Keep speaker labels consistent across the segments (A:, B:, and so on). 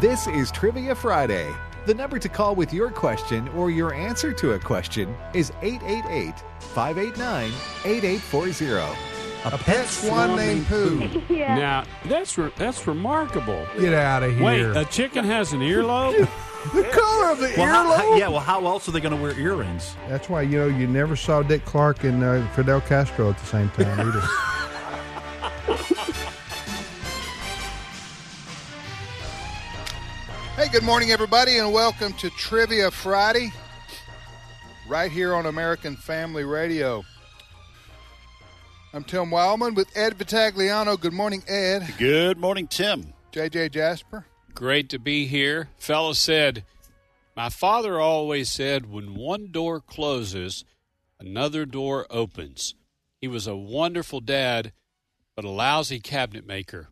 A: This is Trivia Friday. The number to call with your question or your answer to a question is 888 589 8840.
B: A pet swan named Pooh.
C: Yeah.
D: Now that's re- that's remarkable.
B: Get out of here.
D: Wait,
E: uh,
D: a chicken has an earlobe?
B: the color of the
E: Well, how-
B: earlobe.
E: how- yeah, well, how else are they going to wear earrings?
F: That's why you know you never saw Dick Clark and uh, Fidel Castro at the same time either.
G: Hey, good morning, everybody, and welcome to Trivia Friday, right here on American Family Radio. I'm Tim Wildman with Ed Vitagliano. Good morning, Ed.
E: Good morning, Tim.
G: JJ Jasper.
D: Great to be here. Fella said, My father always said, when one door closes, another door opens. He was a wonderful dad, but a lousy cabinet maker.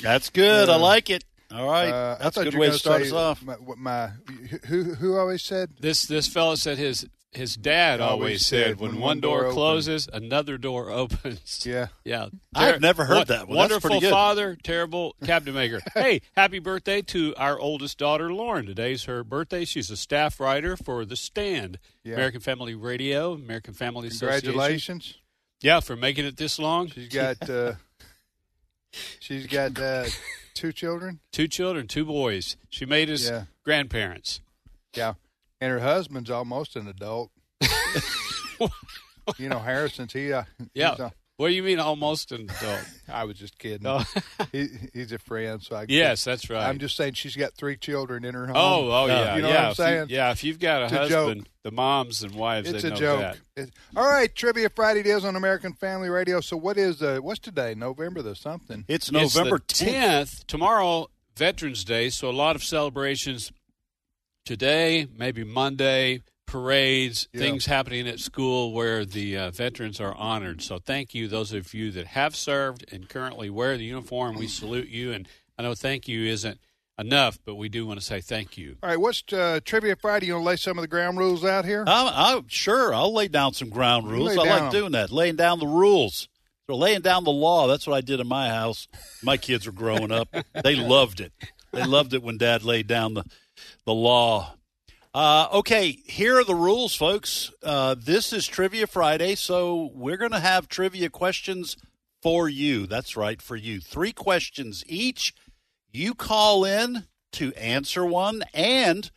E: That's good. I like it. All right,
G: Uh, I
E: that's
G: thought
E: a good
G: you were
E: way to
G: gonna
E: start
G: say
E: us off.
G: My, what my who who always said
D: This this fella said his his dad always, said, when, one, door,
G: opens-
D: closes, another door opens.
G: yeah.
D: Yeah.
E: I've never heard that one. That's
D: Wonderful
E: pretty good.
D: father, terrible cabinet maker. hey, happy birthday to our oldest daughter, Lauren. Today's her birthday. She's a staff writer for The Stand,
G: Yeah.
D: American Family Radio, American Family Association.
G: Congratulations,
D: Yeah, for making it this long.
G: she's got uh, she's got uh, two children.
D: Two children, two boys. She made us
G: Yeah.
D: grandparents.
G: Yeah, and her husband's almost an adult. you know, Harrison's he. Uh,
D: Yeah.
G: he's a-
D: What do you mean almost an adult?
G: I was just kidding.
D: Oh.
G: he, he's a friend, so I.
D: yes, that's right.
G: I'm just saying she's got three children in her home.
D: Oh, oh, yeah,
G: You know
D: yeah.
G: what I'm
D: if you-
G: saying?
D: yeah, if you've got a
G: It's a joke.
D: husband, the moms and wives,
G: it's
D: they
G: a
D: know
G: joke.
D: that.
G: It- all right, Trivia Friday deals on American Family Radio. So what is uh, what's today? November the something.
E: It's November
D: it's the 10th. Tomorrow, Veterans Day, so a lot of celebrations today, maybe Monday, parades,
G: Yeah.
D: things happening at school where the uh, veterans are honored. So thank you, those of you that have served and currently wear the uniform. We salute you. And I know thank you isn't enough, but we do want to say thank you.
G: All right, what's uh, Trivia Friday? You want to lay some of the ground rules out here?
E: I'm, I'm sure I'll lay down some ground rules.
G: lay
E: I
G: down.
E: like doing that, laying down the rules. So laying down the law. That's what I did in my house. My kids were growing up. They loved it. They loved it when Dad laid down the the law. Uh, okay, here are the rules, folks. Uh, this is Trivia Friday, so we're going to have trivia questions for you. That's right, for you. Three questions each. You call in to answer one and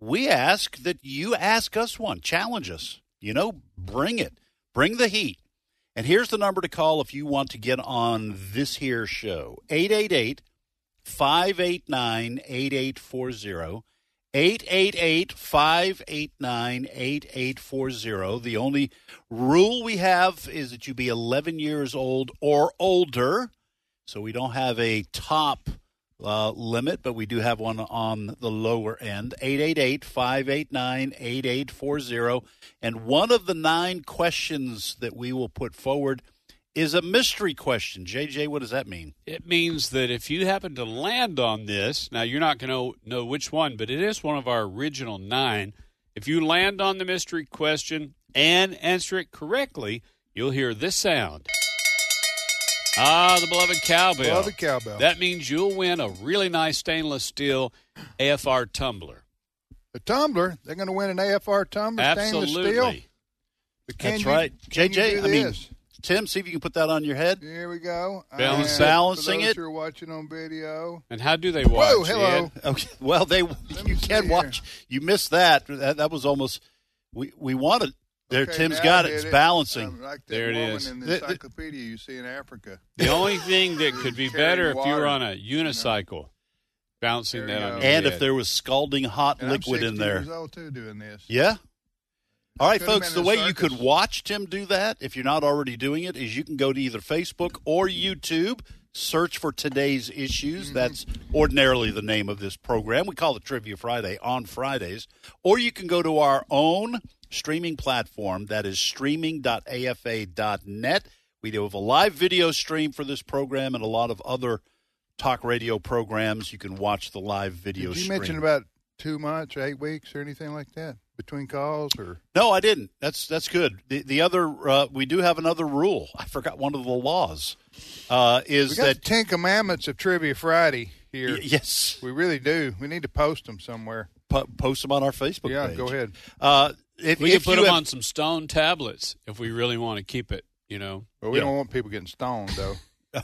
E: we ask that you ask us one, challenge us. You know, bring it, bring the heat. And here's the number to call if you want to get on this here show 888 589 8840. 888 589 8840. The only rule we have is that you be 11 years old or older. So we don't have a top uh, limit, but we do have one on the lower end 888 589 8840. And one of the nine questions that we will put forward is a mystery question. JJ, what does that mean?
D: It means that if you happen to land on this, now you're not going to know which one, but it is one of our original nine. If you land on the mystery question and answer it correctly, you'll hear this sound. Ah, the beloved cowbell.
G: Beloved cowbell.
D: That means you'll win a really nice stainless steel AFR tumbler.
G: A tumbler. They're going to win an AFR tumbler. stainless steel.
D: Absolutely.
G: But can
E: That's
G: you-
E: right.
G: can you
E: JJ,
G: do
E: I mean,
G: this?
E: Tim, see if you can put that on your head.
G: Here we go.
D: Balance
G: And
D: it.
G: for
E: Balancing
G: those
E: it.
G: who are watching on video.
D: And how do they watch?
G: Whoa, hello.
D: Ed?
E: Okay. Well, they you
G: me see
E: can
G: here.
E: watch. You missed that. that. That was almost. We we wanted. There,
G: Okay,
E: Tim's
G: now
E: got
G: I
E: it.
G: did
E: It's balancing.
G: I'm like that
D: There it
G: woman
D: is.
G: In the
E: Th- th-
G: encyclopedia you see in Africa.
D: The only thing that could be better if you
G: Carry
D: were
G: water,
D: on a unicycle, bouncing
G: There you
D: that on
G: go.
D: your
E: and if
D: head.
E: there was scalding hot
G: And I'm
E: liquid
G: 60
E: in there,
G: Years old too, doing this.
E: yeah. All right,
G: Could've
E: folks.
G: been
E: The
G: a
E: way you could
G: circus.
E: watch Tim do that, if you're not already doing it, is you can go to either Facebook or YouTube. Search for today's issues.
G: Mm-hmm.
E: That's ordinarily the name of this program. We call it Trivia Friday on Fridays. Or you can go to our own streaming platform that is streaming.afa.net. We do have a live video stream for this program and a lot of other talk radio programs. You can watch the live
G: Did
E: video
G: you
E: stream.
G: mention about two months or eight weeks or anything like that? between calls or
E: No, I didn't. That's that's good. The, the other uh, we do have another rule. I forgot one of the laws uh,
G: we
E: is
G: got the
E: that
G: Ten Commandments of Trivia Friday here.
E: y- yes,
G: We really do. We need to post them somewhere.
E: po- post them on our Facebook.
G: yeah,
E: page.
G: go ahead.
E: Uh, if,
D: We
E: if
D: can put
E: you
D: them
E: have-
D: on some stone tablets if we really want to keep it. You know,
G: But we
E: Yeah.
G: don't want people getting stoned though. yeah,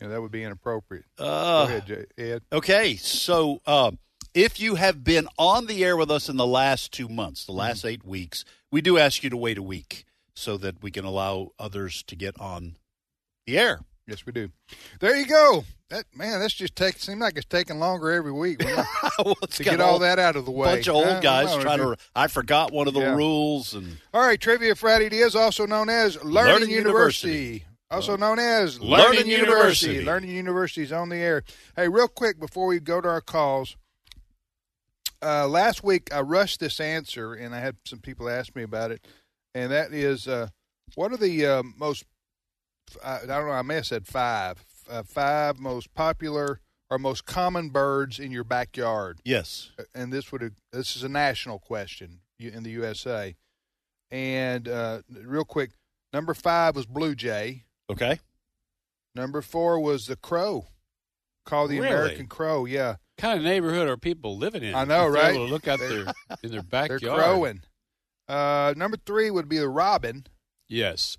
G: that would be inappropriate. Go
E: Uh,
G: ahead, J- Ed.
E: Okay, so uh, if you have been on the air with us in the last two months, the last
G: Mm-hmm.
E: eight weeks, we do ask you to wait a week so that we can allow others to get on the air.
G: Yes, we do. There you go. That man, that's just take seems like it's taking longer every week We're not-
E: Well, it's
G: to
E: got
G: get
E: a
G: all that out of the way.
E: bunch of
G: I don't
E: old guys
G: know.
E: trying to. I forgot one of the
G: Yeah.
E: rules, and
G: All right, Trivia Friday is also known as Learning,
E: Learning
G: University.
E: University.
G: Also known as
D: Uh, Learning University.
G: Learning University is on the air. Hey, real quick before we go to our calls. Uh, last week I rushed this answer and I had some people ask me about it, and that is uh, what are the uh, most I, I don't know I may have said five uh, five most popular or most common birds in your backyard Uh,
E: yes,
G: and this would this is a national question you- in the USA. And uh, real quick, number five was blue jay.
E: okay,
G: Number four was the crow, called the
D: Really?
G: American crow. Yeah,
D: kind of neighborhood are people living in?
G: I know,
D: If they're
G: right?
D: Able to look out
G: They-
D: their in their
G: they're
D: backyard.
G: crowing. Uh, number three would be the robin.
D: Yes,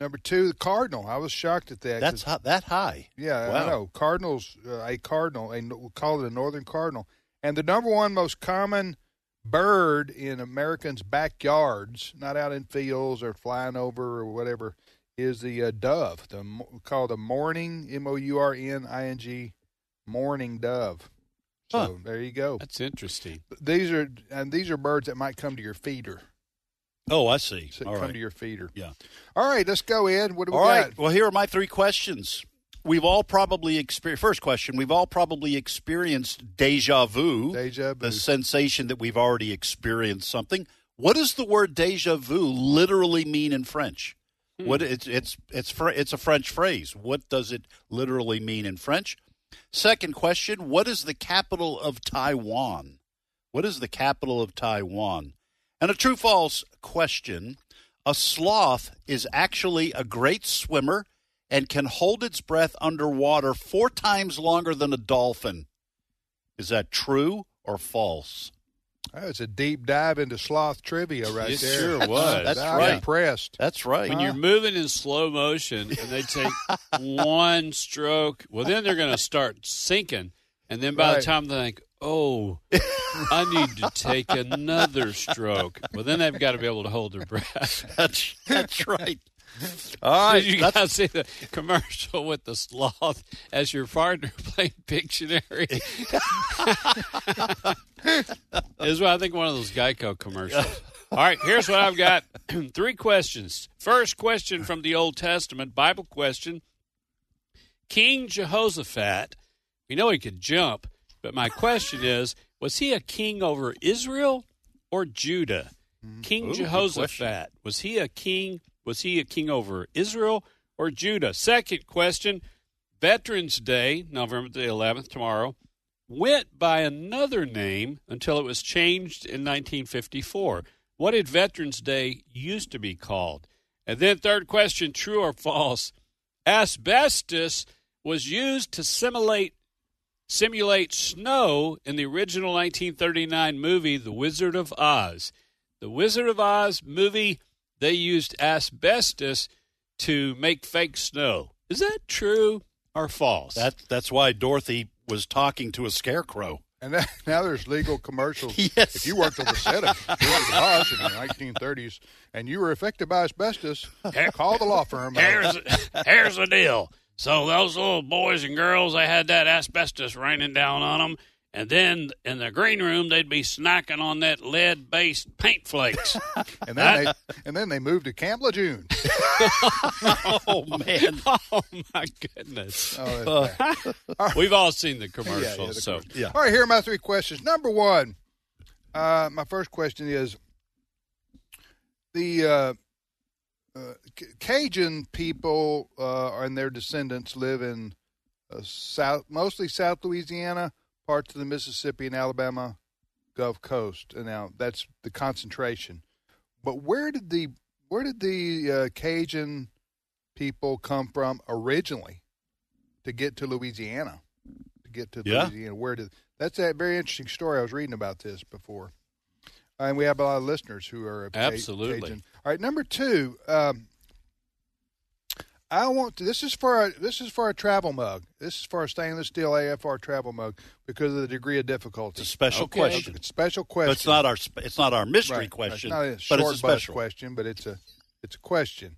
G: Number two, the cardinal. I was shocked at that. 'cause-
E: that's hot, that high.
G: yeah,
E: wow.
G: I know. Cardinals, uh, a cardinal, a, we call it a northern cardinal, and the number one most common bird in Americans' backyards, not out in fields or flying over or whatever, is the uh, dove. The mo- we call the morning M O U R N I N G morning dove. So
E: Huh.
G: there you go.
D: that's interesting.
G: These are and these are birds that might come to your feeder.
E: Oh, I see.
G: So
E: All
G: come
E: right.
G: to your feeder.
E: Yeah.
G: All right, let's go, Ed. What do we
E: All
G: got?
E: right. Well, here are my three questions. We've all probably experienced. First question: We've all probably experienced deja vu,
G: Deja vu.
E: the sensation that we've already experienced something. What does the word deja vu literally mean in French? What
D: Hmm.
E: it's it's it's fr- it's a French phrase. What does it literally mean in French? Second question: What is the capital of Taiwan? What is the capital of Taiwan? And a true false question. A sloth is actually a great swimmer and can hold its breath underwater four times longer than a dolphin. Is that true or false?
G: That was a deep dive into sloth trivia right
D: Yes,
G: there.
D: sure was.
E: That's
G: I'm
E: right.
G: impressed.
E: That's right.
D: When you're moving in slow motion and they take one stroke, well, then they're going to start sinking. And then by
G: Right.
D: the time they think, oh, I need to take another stroke, well, then they've got to be able to hold their breath.
E: that's, that's right. All right.
D: Did you
E: that's-
D: guys see the commercial with the sloth as your partner playing Pictionary? This is what I think one of those Geico commercials. All right, here's what I've got. Three questions. First question from the Old Testament, Bible question. King Jehoshaphat, we know he could jump, but my question is, was he a king over Israel or Judah? King
E: Mm-hmm. Ooh, good
D: Jehoshaphat, was he a king? Was he a king over Israel or Judah? Second question, Veterans Day, November the 11th, tomorrow went by another name until it was changed in 1954. What did Veterans Day used to be called? And then, third question true or false? Asbestos was used to simulate, simulate snow in the original 1939 movie, The Wizard of Oz. The Wizard of Oz movie, they used asbestos to make fake snow. Is that true or false?
E: that, that's why Dorothy was talking to a scarecrow.
G: And now, now there's legal commercials.
E: Yes.
G: If you worked on the set of Wizard of Oz in the 1930s and you were affected by asbestos, call the law firm.
D: here's here's the deal. So those little boys and girls, they had that asbestos raining down on them, and then in the green room, they'd be snacking on that lead-based paint flakes.
G: And then they and then they moved to Camp Lejeune.
E: Oh, man.
D: oh my goodness!
G: Oh, that's
D: We've all seen the commercials,
G: Yeah, yeah, the
D: so
E: Yeah.
G: All right, here are my three questions. Number one, uh, my first question is the uh, uh, C- Cajun people uh, and their descendants live in uh, South, mostly South Louisiana, parts of the Mississippi and Alabama Gulf Coast. And now that's the concentration. But where did the where did the uh, Cajun people come from originally to get to Louisiana? To get to
E: Yeah.
G: Louisiana, where did that's a very interesting story. I was reading about this before, and we have a lot of listeners who are of Ca-
D: Absolutely.
G: Cajun. All right, number two. Um, I want to, this is for a, this is for a travel mug. This is for a stainless steel AFR travel mug because of the degree of difficulty.
E: It's a special
D: Okay.
E: question.
G: It's a special
E: But
G: question.
E: it's not our sp- it's not our mystery
G: Right, right.
E: question,
G: Not a
E: but
G: short
E: it's a
G: bus
E: special
G: question, but it's a it's a question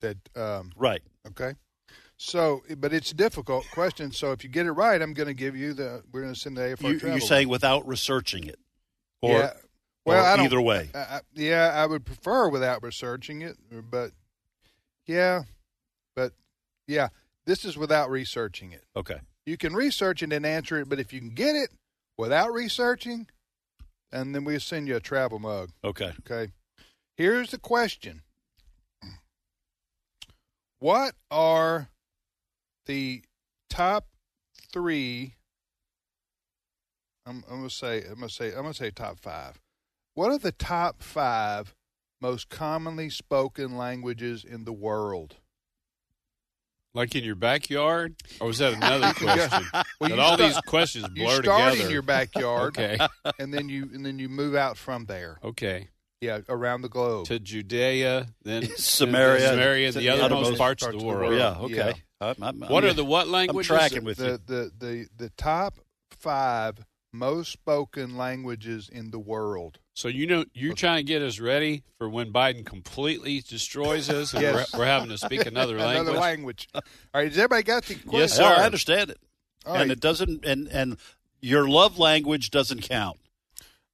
G: that um,
E: Right.
G: okay. So, but it's a difficult question. So, if you get it right, I'm going to give you the. We're going to send the AFR
E: You,
G: travel.
E: you say without researching it,
G: mug.
E: or
G: yeah. Well,
E: or
G: I don't,
E: either way.
G: I, I- yeah, I would prefer without researching it, but yeah, but yeah, this is without researching it.
E: Okay.
G: You can research it and answer it, but if you can get it without researching, and then we'll send you a travel mug.
E: Okay.
G: Okay. Here's the question What are the top three? I'm, I'm gonna say I'm gonna say I'm gonna say top five. What are the top five most commonly spoken languages in the world?
D: Like in your backyard? Or was that another question?
G: Well,
D: that
G: you
D: all
G: sta-
D: these questions
G: You
D: blur
G: start
D: together.
G: in your backyard,
D: okay.
G: and then you and then you move out from there.
D: Okay.
G: Yeah, around the globe.
D: To Judea, then
E: Samaria.
D: then Samaria,
E: To
D: the
E: the
D: othermost
E: uttermost
D: parts of the world.
E: Yeah. Okay.
G: Yeah.
E: I'm- I'm-
D: What
E: I'm-
D: are the what
E: I'm
D: languages?
E: tracking with you.
G: the, the the the top five most spoken languages in the world.
D: So you know you're trying to get us ready for when Biden completely destroys us, and
G: Yes.
D: we're, we're having to speak another language.
G: Another language. All right, has everybody got the question?
D: Yes,
E: No,
D: sir.
E: I understand it,
G: All
E: and
G: right,
E: it doesn't. And and your love language doesn't count.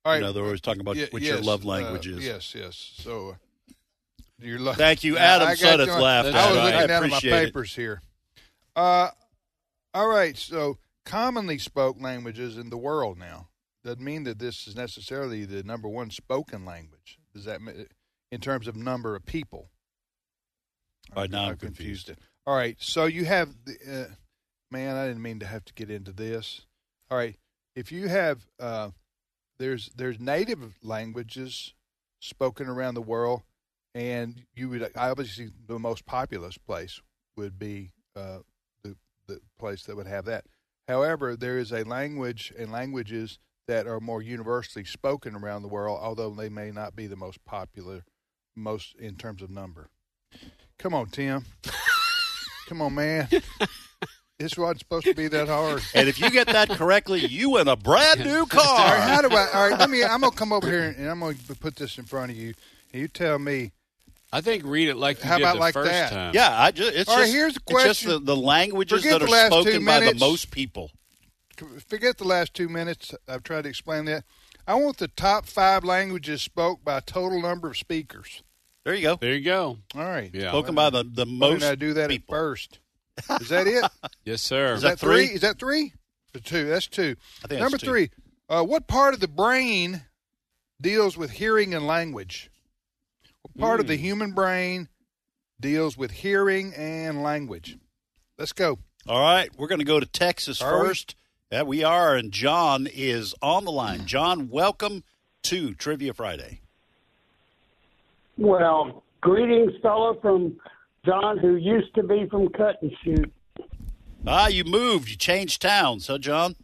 G: all right.
E: You know, they're always talking about
G: Ye-
E: what your
G: yes,
E: love
G: uh,
E: language is.
G: Yes, yes. So uh, your love.
E: Thank you,
G: Yeah,
E: Adam
G: I got
E: Suddeth
G: you.
E: laughed.
D: That's
G: I was
E: at it.
D: right.
G: looking down at my
E: appreciate it.
G: papers here. Uh, all right. So commonly spoke languages in the world now doesn't mean that this is necessarily the number one spoken language. Does that mean in terms of number of people?
E: All right, now I'm
G: I've confused it. All right. So you have the uh, man. I didn't mean to have to get into this. All right. If you have uh, there's there's native languages spoken around the world, and you would obviously the most populous place would be uh, the the place that would have that. However, there is a language and languages that are more universally spoken around the world, although they may not be the most popular, most in terms of number. Come on, Tim. Come on, man. This wasn't supposed to be that hard.
E: And if you get that correctly, you win a brand new
G: All right,
E: car.
G: how do I? All right, let me. I'm gonna come over here and I'm gonna put this in front of you, and you tell me.
D: I think read it like you
G: How
D: did
G: about
D: the
G: like
D: first
G: that?
D: time.
E: Yeah, I just it's
G: All right,
E: just,
G: here's the
E: It's just
G: question.
E: the, the languages
G: Forget
E: that are
G: the last two
E: spoken by the
G: minutes.
E: most people.
G: Forget the last two minutes. I've tried to explain that. I want the top five languages spoke by total number of speakers.
E: There you go.
D: There you go.
G: All right.
D: Yeah.
E: Spoken by the, the
G: Why
E: most
G: didn't I do that
E: people.
G: at first? Is that it?
D: Yes, sir.
G: Is that,
E: that
G: three?
E: three?
G: Is that three? Or two. That's two.
E: I think that's
G: Number
E: two.
G: three. Uh, what part of the brain deals with hearing and language? What part of the human brain deals with hearing and language? Let's go.
E: All right, we're going to go to Texas
G: Are we?
E: first. Yeah, we are, and John is on the line. John, welcome to Trivia Friday.
C: Well, greetings, fellow from John, who used to be from Cut and Shoot.
E: Ah, you moved, you changed towns, huh, John?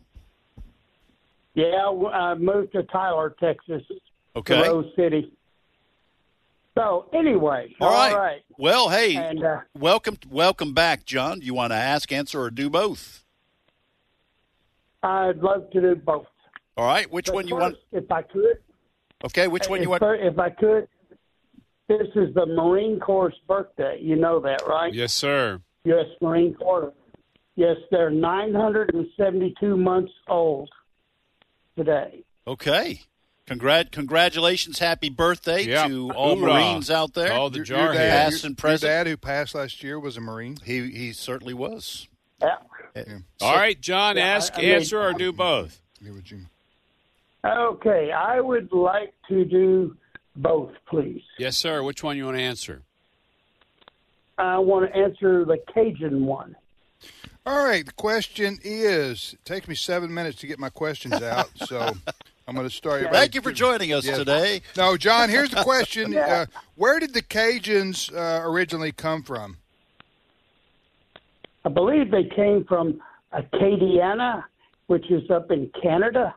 C: Yeah, w- I moved to Tyler, Texas,
E: Okay.
C: Rose City. So anyway,
E: All right.
C: all right.
E: Well, hey,
C: And, uh,
E: welcome, welcome back, John. You want to ask, answer, or do both?
C: I'd love to do both.
E: All right, which
C: But
E: one you
C: first,
E: want?
C: If I could,
E: Okay, which one
C: if,
E: you want?
C: fir- if I could, this is the Marine Corps' birthday. You know that, right?
D: Yes, sir.
C: U.S. Marine Corps. Yes, they're 972 months old today.
E: Okay. Congrat, congratulations, happy birthday
D: Yeah.
E: to all
D: Hoorah.
E: Marines out there.
D: All the
G: Your- your
D: jarheads.
E: dad-
G: dad,
E: Past
G: your-
E: and
G: your
E: present.
G: dad who passed last year was a Marine.
E: he he certainly was.
C: Yeah.
D: All right, John,
C: Yeah, I-
D: ask,
C: I mean-
D: answer, or do both.
G: Here with you.
C: Okay, I would like to do both, please.
D: Yes, sir. Which one you want to answer?
C: I want to answer the Cajun one.
G: All right. The question is: it Takes me seven minutes to get my questions out, so I'm I'm going to start.
E: Thank you for joining us
G: Yes.
E: today.
G: No, John. Here's the question: uh, Where did the Cajuns uh, originally come from?
C: I believe they came from Acadiana, which is up in Canada.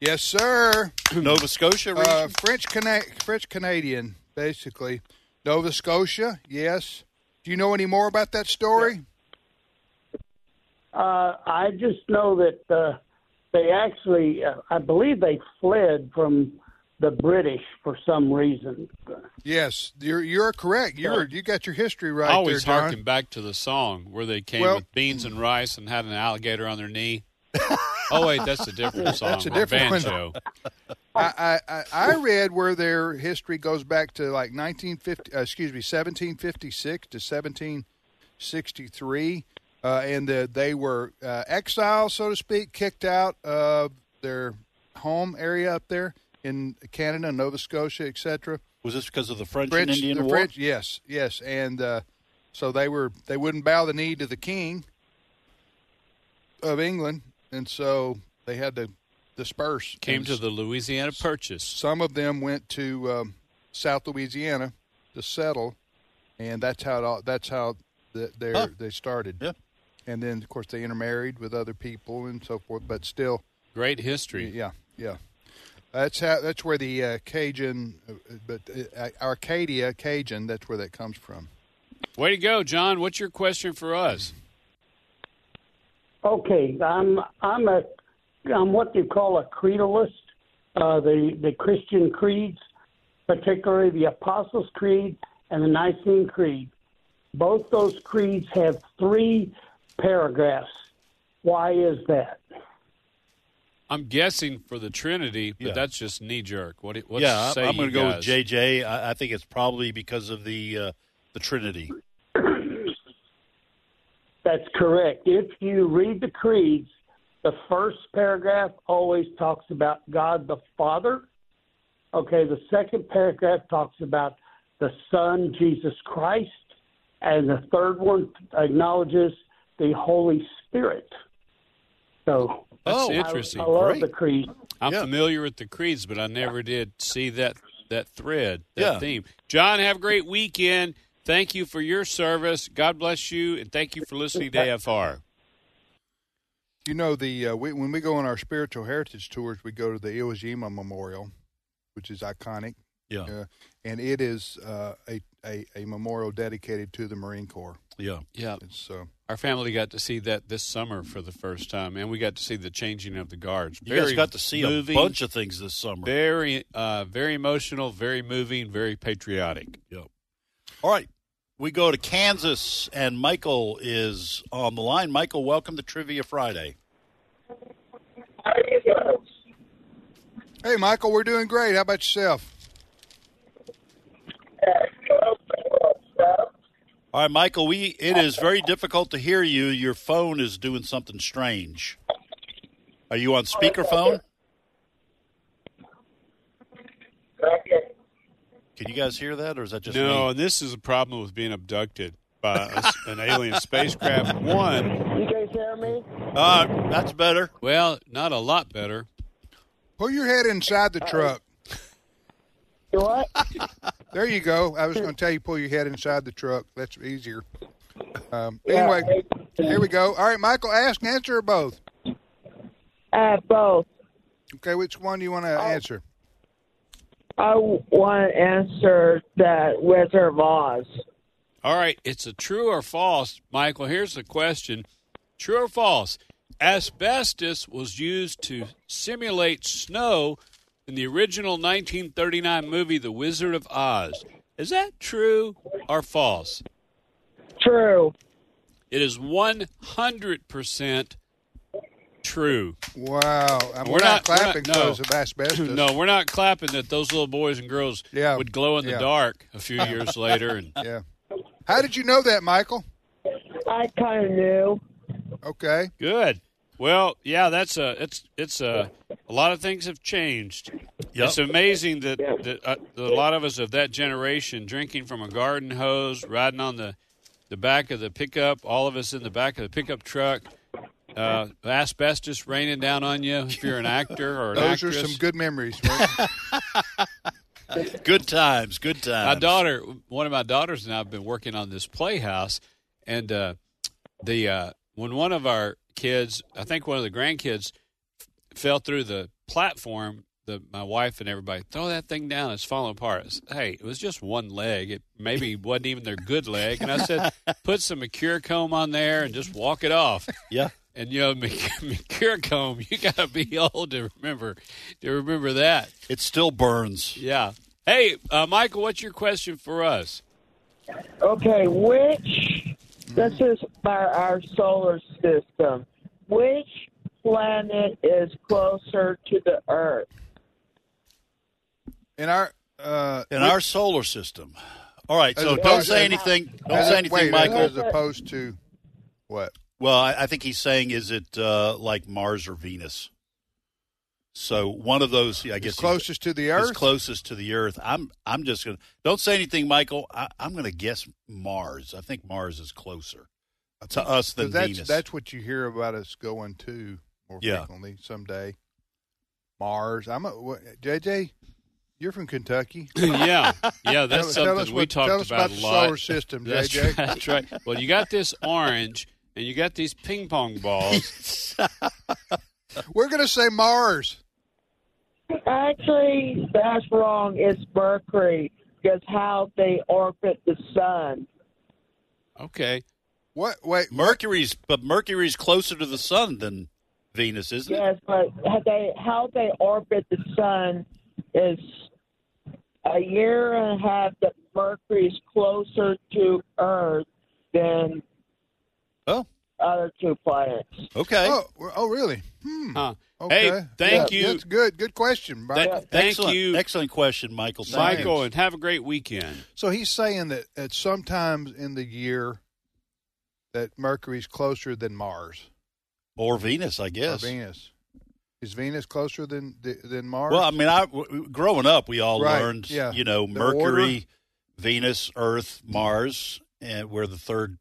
G: Yes, sir.
E: Nova Scotia region.
G: Uh, French Cana- French Canadian, basically. Nova Scotia. Yes. Do you know any more about that story?
C: Uh, I just know that uh, they actually, uh, I believe they fled from the British for some reason.
G: Yes, you're you're correct. You are you got your history right.
D: I always
G: there, John.
D: harken back to the song where they came
G: Well-
D: with beans and rice and had an alligator on their knee. oh wait, that's a different song.
G: That's a
D: or
G: different one.
D: banjo.
G: I, I, I I read where their history goes back to like 1950, uh, excuse me, 1756 to 1763, uh, and the, they were uh, exiled, so to speak, kicked out of their home area up there in Canada, Nova Scotia, etc.
E: was this because of the French,
G: French,
E: and Indian
G: the
E: War?
G: French, yes, yes, and uh, so they were they wouldn't bow the knee to the king of England, and so they had to disperse.
D: Came
G: And
D: to the Louisiana Purchase.
G: some of them went to um, South Louisiana to settle, and that's how it all, that's how the, their,
E: Huh.
G: they started.
E: Yeah.
G: And then, of course, they intermarried with other people and so forth. But still,
D: Great history.
G: yeah, yeah, that's how that's where the uh, Cajun, uh, uh, but uh, Arcadia Cajun, that's where that comes from.
D: Way to go, John. What's your question for us?
C: Okay, I'm I'm a I'm what you call a creedalist, uh, the the Christian creeds, particularly the Apostles' Creed and the Nicene Creed. Both those creeds have three paragraphs. Why is that?
D: I'm guessing for the Trinity, but
E: Yeah.
D: that's just knee jerk. What? What's
E: yeah,
D: say
E: I- I'm going
D: you
E: to go with
D: guys?
E: JJ. I, I think it's probably because of the uh, the Trinity.
C: That's correct. If you read the creeds, the first paragraph always talks about God the Father. Okay, the second paragraph talks about the Son, Jesus Christ. And the third one acknowledges the Holy Spirit. So
D: That's
E: Oh, I-
D: interesting.
C: I love
E: Great.
C: the creed.
D: I'm
E: Yeah.
D: familiar with the creeds, but I never did see that that thread, that
E: Yeah.
D: theme. John, have a great weekend. Thank you for your service. God bless you, and thank you for listening to AFR.
G: You know, the uh, we, when we go on our spiritual heritage tours, we go to the Iwo Jima Memorial, which is iconic.
E: Yeah, yeah.
G: Uh, and it is uh, a, a a memorial dedicated to the Marine Corps.
D: Yeah,
G: It's so
D: our family got to see that this summer for the first time, and we got to see the changing of the guards.
E: You guys got to see
D: moving,
E: a bunch of things this summer.
D: Very, uh, very emotional, very moving, very patriotic.
E: All right, we go to Kansas, and Michael is on the line. Michael, welcome to Trivia Friday.
G: hey, Michael, we're doing great. How about yourself?
E: All right, Michael, we it is very difficult to hear you. Your phone is doing something strange. Are you on speakerphone? Can you guys hear that, or is that just
D: no,
E: me?
D: and this is a problem with being abducted by a s an alien spacecraft. One, Uh,
C: You guys hear me?
E: All right, that's better.
D: well, not a lot better.
G: Pull your head inside the truck.
C: You what?
G: There you go. I was going to tell you pull your head inside the truck. That's easier. Um,
H: Yeah.
G: anyway, here we go. All right, Michael, ask, answer, or both.
H: Uh, both. Oh.
G: Okay, which one do you want to answer?
H: I want to answer the Wizard of Oz.
D: All right, it's a true or false, Michael. Here's the question: True or false? Asbestos was used to simulate snow in the original 1939 movie The Wizard of Oz. Is that true or false?
H: True.
D: It is 100% true.
G: Wow. I'm,
D: We're not- we're not-
G: clapping
D: no.
G: because of asbestos.
D: No, we're not clapping that those little boys and girls
G: Yeah,
D: would glow in the
G: yeah.
D: dark a few years later and
G: Yeah. How did you know that, Michael?
H: I kind of knew.
G: Okay.
D: Good. Well, yeah, that's a it's it's a a lot of things have changed.
E: Yep.
D: It's amazing that, that, uh, that a lot of us of that generation drinking from a garden hose, riding on the the back of the pickup, all of us in the back of the pickup truck. uh, asbestos raining down on you if you're an actor or an
G: Those
D: actress.
G: are some good memories. right?
E: Good times, good times.
D: my daughter, one of my daughters and I have been working on this playhouse, and uh, the uh, when one of our kids, I think one of the grandkids, f- fell through the platform. The, my wife and everybody throw that thing down. It's falling apart. I said, hey, it was just one leg. It maybe wasn't even their good leg. And I said, put some mercure comb on there and just walk it off.
E: Yeah.
D: And you know, merc- mercure comb. You got to be old to remember to remember that.
E: It still burns.
D: Yeah. Hey, uh, Michael, what's your question for us?
H: Okay, which this is by our solar system. Which planet is closer to the Earth?
G: In our uh,
E: In our solar system. All right, so
G: As
E: don't
G: opposed-
E: say anything. Don't
G: as-
E: say anything,
G: wait,
E: Michael.
G: As opposed to what?
E: Well, I, I think he's saying, is it uh, like Mars or Venus? So one of those, I guess,
G: It's closest to the
E: is
G: Earth.
E: closest to the Earth. I'm, I'm just gonna don't say anything, Michael. I, I'm gonna guess Mars. I think Mars is closer to us than
G: 'Cause that's
E: Venus.
G: that's what you hear about us going to more
E: Yeah.
G: frequently someday. Mars. I'm a what, JJ. You're from Kentucky.
D: yeah, yeah, that's something
G: tell, tell us
D: we
G: what,
D: talked
G: tell us
D: about,
G: about,
D: a
G: the
D: lot.
G: solar system,
D: that's,
G: JJ.
D: Right, that's right. Well, you got this orange, and you got these ping pong balls.
G: We're gonna say Mars.
H: Actually, that's wrong. It's Mercury because how they orbit the sun.
D: Okay,
G: What? Wait.
E: Mercury's, but Mercury's closer to the sun than Venus, isn't it?
H: Yes, but how they how they orbit the sun is a year and a half that Mercury is closer to Earth than
E: Oh,
H: other two planets.
E: okay.
G: Oh, we're- oh, really? Hmm.
D: huh.
G: Okay.
D: Hey, thank
G: Yeah,
D: you,
G: That's good. Good question. Brian.
D: Th- thank
E: Excellent.
D: you,
E: Excellent question, Michael. Thank you.
D: Michael, and have a great weekend.
G: So he's saying that at sometimes in the year that Mercury's closer than Mars
E: or Venus, I guess.
G: or Venus. Is Venus closer than than Mars?
E: Well, I mean, I w- w- growing up, we all
G: Right,
E: learned,
G: yeah.
E: you know,
G: The
E: Mercury,
G: order.
E: Venus, Earth, Mars, and we're the third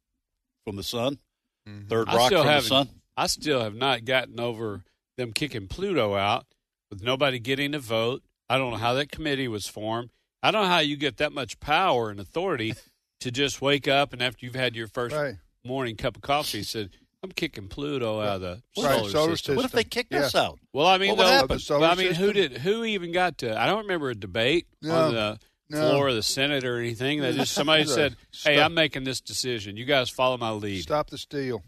E: from the sun,
G: Mhm.
E: third
D: I
E: rock
D: still
E: from the
D: haven't-
E: sun.
D: I still have not gotten over them kicking Pluto out with nobody getting a vote. I don't know how that committee was formed. I don't know how you get that much power and authority to just wake up and after you've had your first
G: Right.
D: morning cup of coffee said, "I'm kicking Pluto out of the solar,
G: Right, solar
D: system."
G: system.
E: What if they kicked
G: Yeah.
E: us out?
D: Well, I mean,
E: What would
D: though-
E: happen?
D: but-
G: The solar
D: but I mean, who
G: system?
D: did who even got to? I don't remember a debate
G: No,
D: on the
G: no.
D: floor of the Senate or anything. They just somebody
G: Right.
D: said, "Hey,
G: Stop.
D: I'm making this decision. You guys follow my lead."
G: Stop the steal.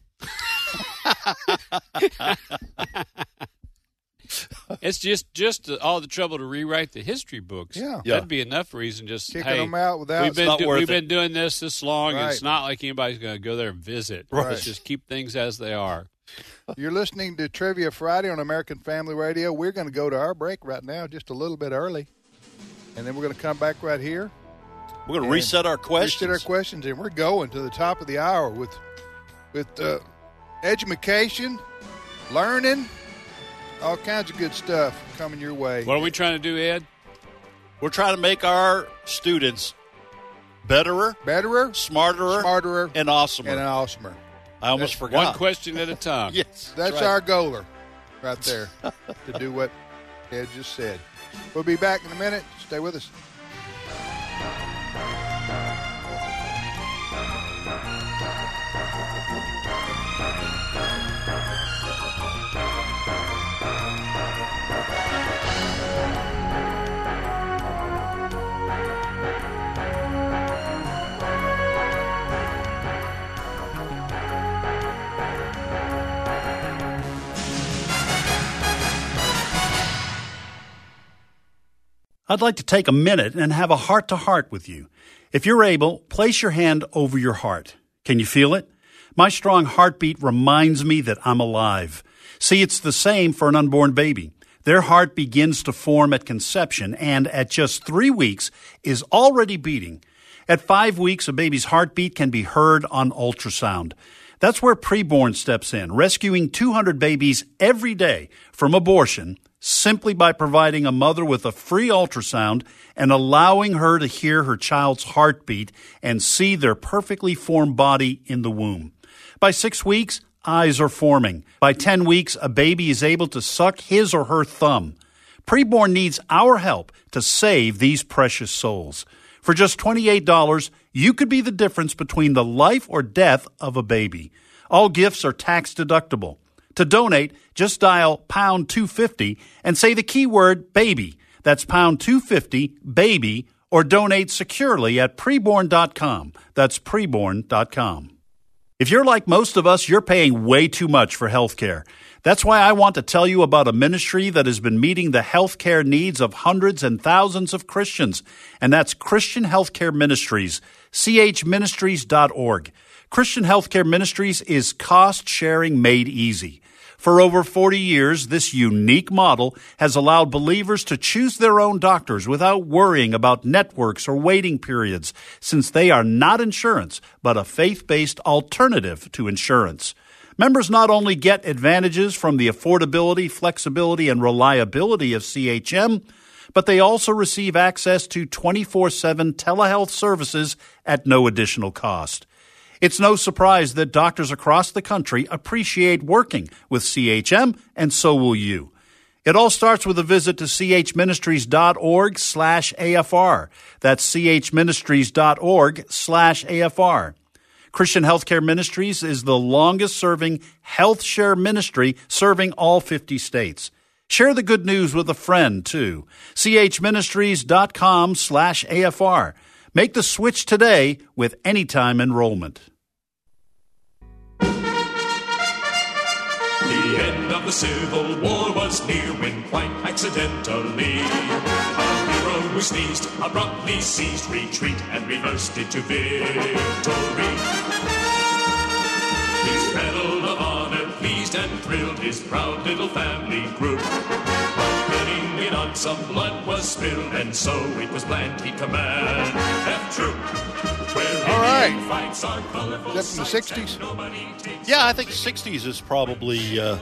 D: It's just just the, all the trouble to rewrite the history books.
G: Yeah.
E: Yeah.
D: that'd be enough reason. Just
G: Kicking
D: hey,
G: them out without-
D: we've
G: It's
D: been
E: not worth
D: we've
E: it.
D: been doing this this long, and it's
G: Right.
D: not like anybody's going to go there and visit.
G: Right.
D: Let's just keep things as they are.
G: You're listening to Trivia Friday on American Family Radio. We're going to go to our break right now, just a little bit early, and then we're going to come back right here.
E: We're going to
G: And
E: reset our
G: Let's
E: questions.
G: get our questions, and we're going to the top of the hour with with uh, education, learning, all kinds of good stuff coming your way.
D: What are we trying to do, Ed?
E: We're trying to make our students betterer,
G: Betterer,
E: smarterer,
G: smarterer,
E: and awesomer.
G: and an awesomer.
E: I almost
G: That's
E: forgot.
D: One question at a time.
E: Yes,
G: That's
E: right.
G: our goaler right there to do what Ed just said. We'll be back in a minute. Stay with us.
E: I'd like to take a minute and have a heart to heart with you. If you're able, place your hand over your heart. Can you feel it? My strong heartbeat reminds me that I'm alive. See, it's the same for an unborn baby. Their heart begins to form at conception and at just three weeks is already beating. At five weeks, a baby's heartbeat can be heard on ultrasound. That's where preborn steps in, rescuing 200 babies every day from abortion simply by providing a mother with a free ultrasound and allowing her to hear her child's heartbeat and see their perfectly formed body in the womb. By six weeks, eyes are forming. By 10 weeks, a baby is able to suck his or her thumb. Preborn needs our help to save these precious souls. For just $28, you could be the difference between the life or death of a baby. All gifts are tax deductible. To donate, just dial pound 250 and say the keyword baby. That's pound 250 baby or donate securely at preborn.com. That's preborn.com. If you're like most of us, you're paying way too much for healthcare. That's why I want to tell you about a ministry that has been meeting the healthcare needs of hundreds and thousands of Christians, and that's Christian Healthcare Ministries, chministries.org. Christian Healthcare Ministries is cost sharing made easy. For over 40 years, this unique model has allowed believers to choose their own doctors without worrying about networks or waiting periods, since they are not insurance, but a faith based alternative to insurance. Members not only get advantages from the affordability, flexibility, and reliability of CHM, but they also receive access to 24 7 telehealth services at no additional cost. It's no surprise that doctors across the country appreciate working with CHM, and so will you. It all starts with a visit to chministries.org slash AFR. That's chministries.org slash AFR. Christian Healthcare Ministries is the longest serving health share ministry serving all 50 states. Share the good news with a friend, too. chministries.com slash AFR. Make the switch today with Anytime Enrollment.
I: The end of the Civil War was near when quite accidentally a hero who sneezed abruptly seized retreat and reversed it to victory. His medal of honor pleased and thrilled his proud little family group. But getting it on, some blood was spilled, and so it was planned he'd command half troop. Where
G: All right.
I: Indian Fights are colorful
G: Is that from the
I: sights and
G: 60s?
I: nobody takes
E: Yeah, I think 60s is probably uh,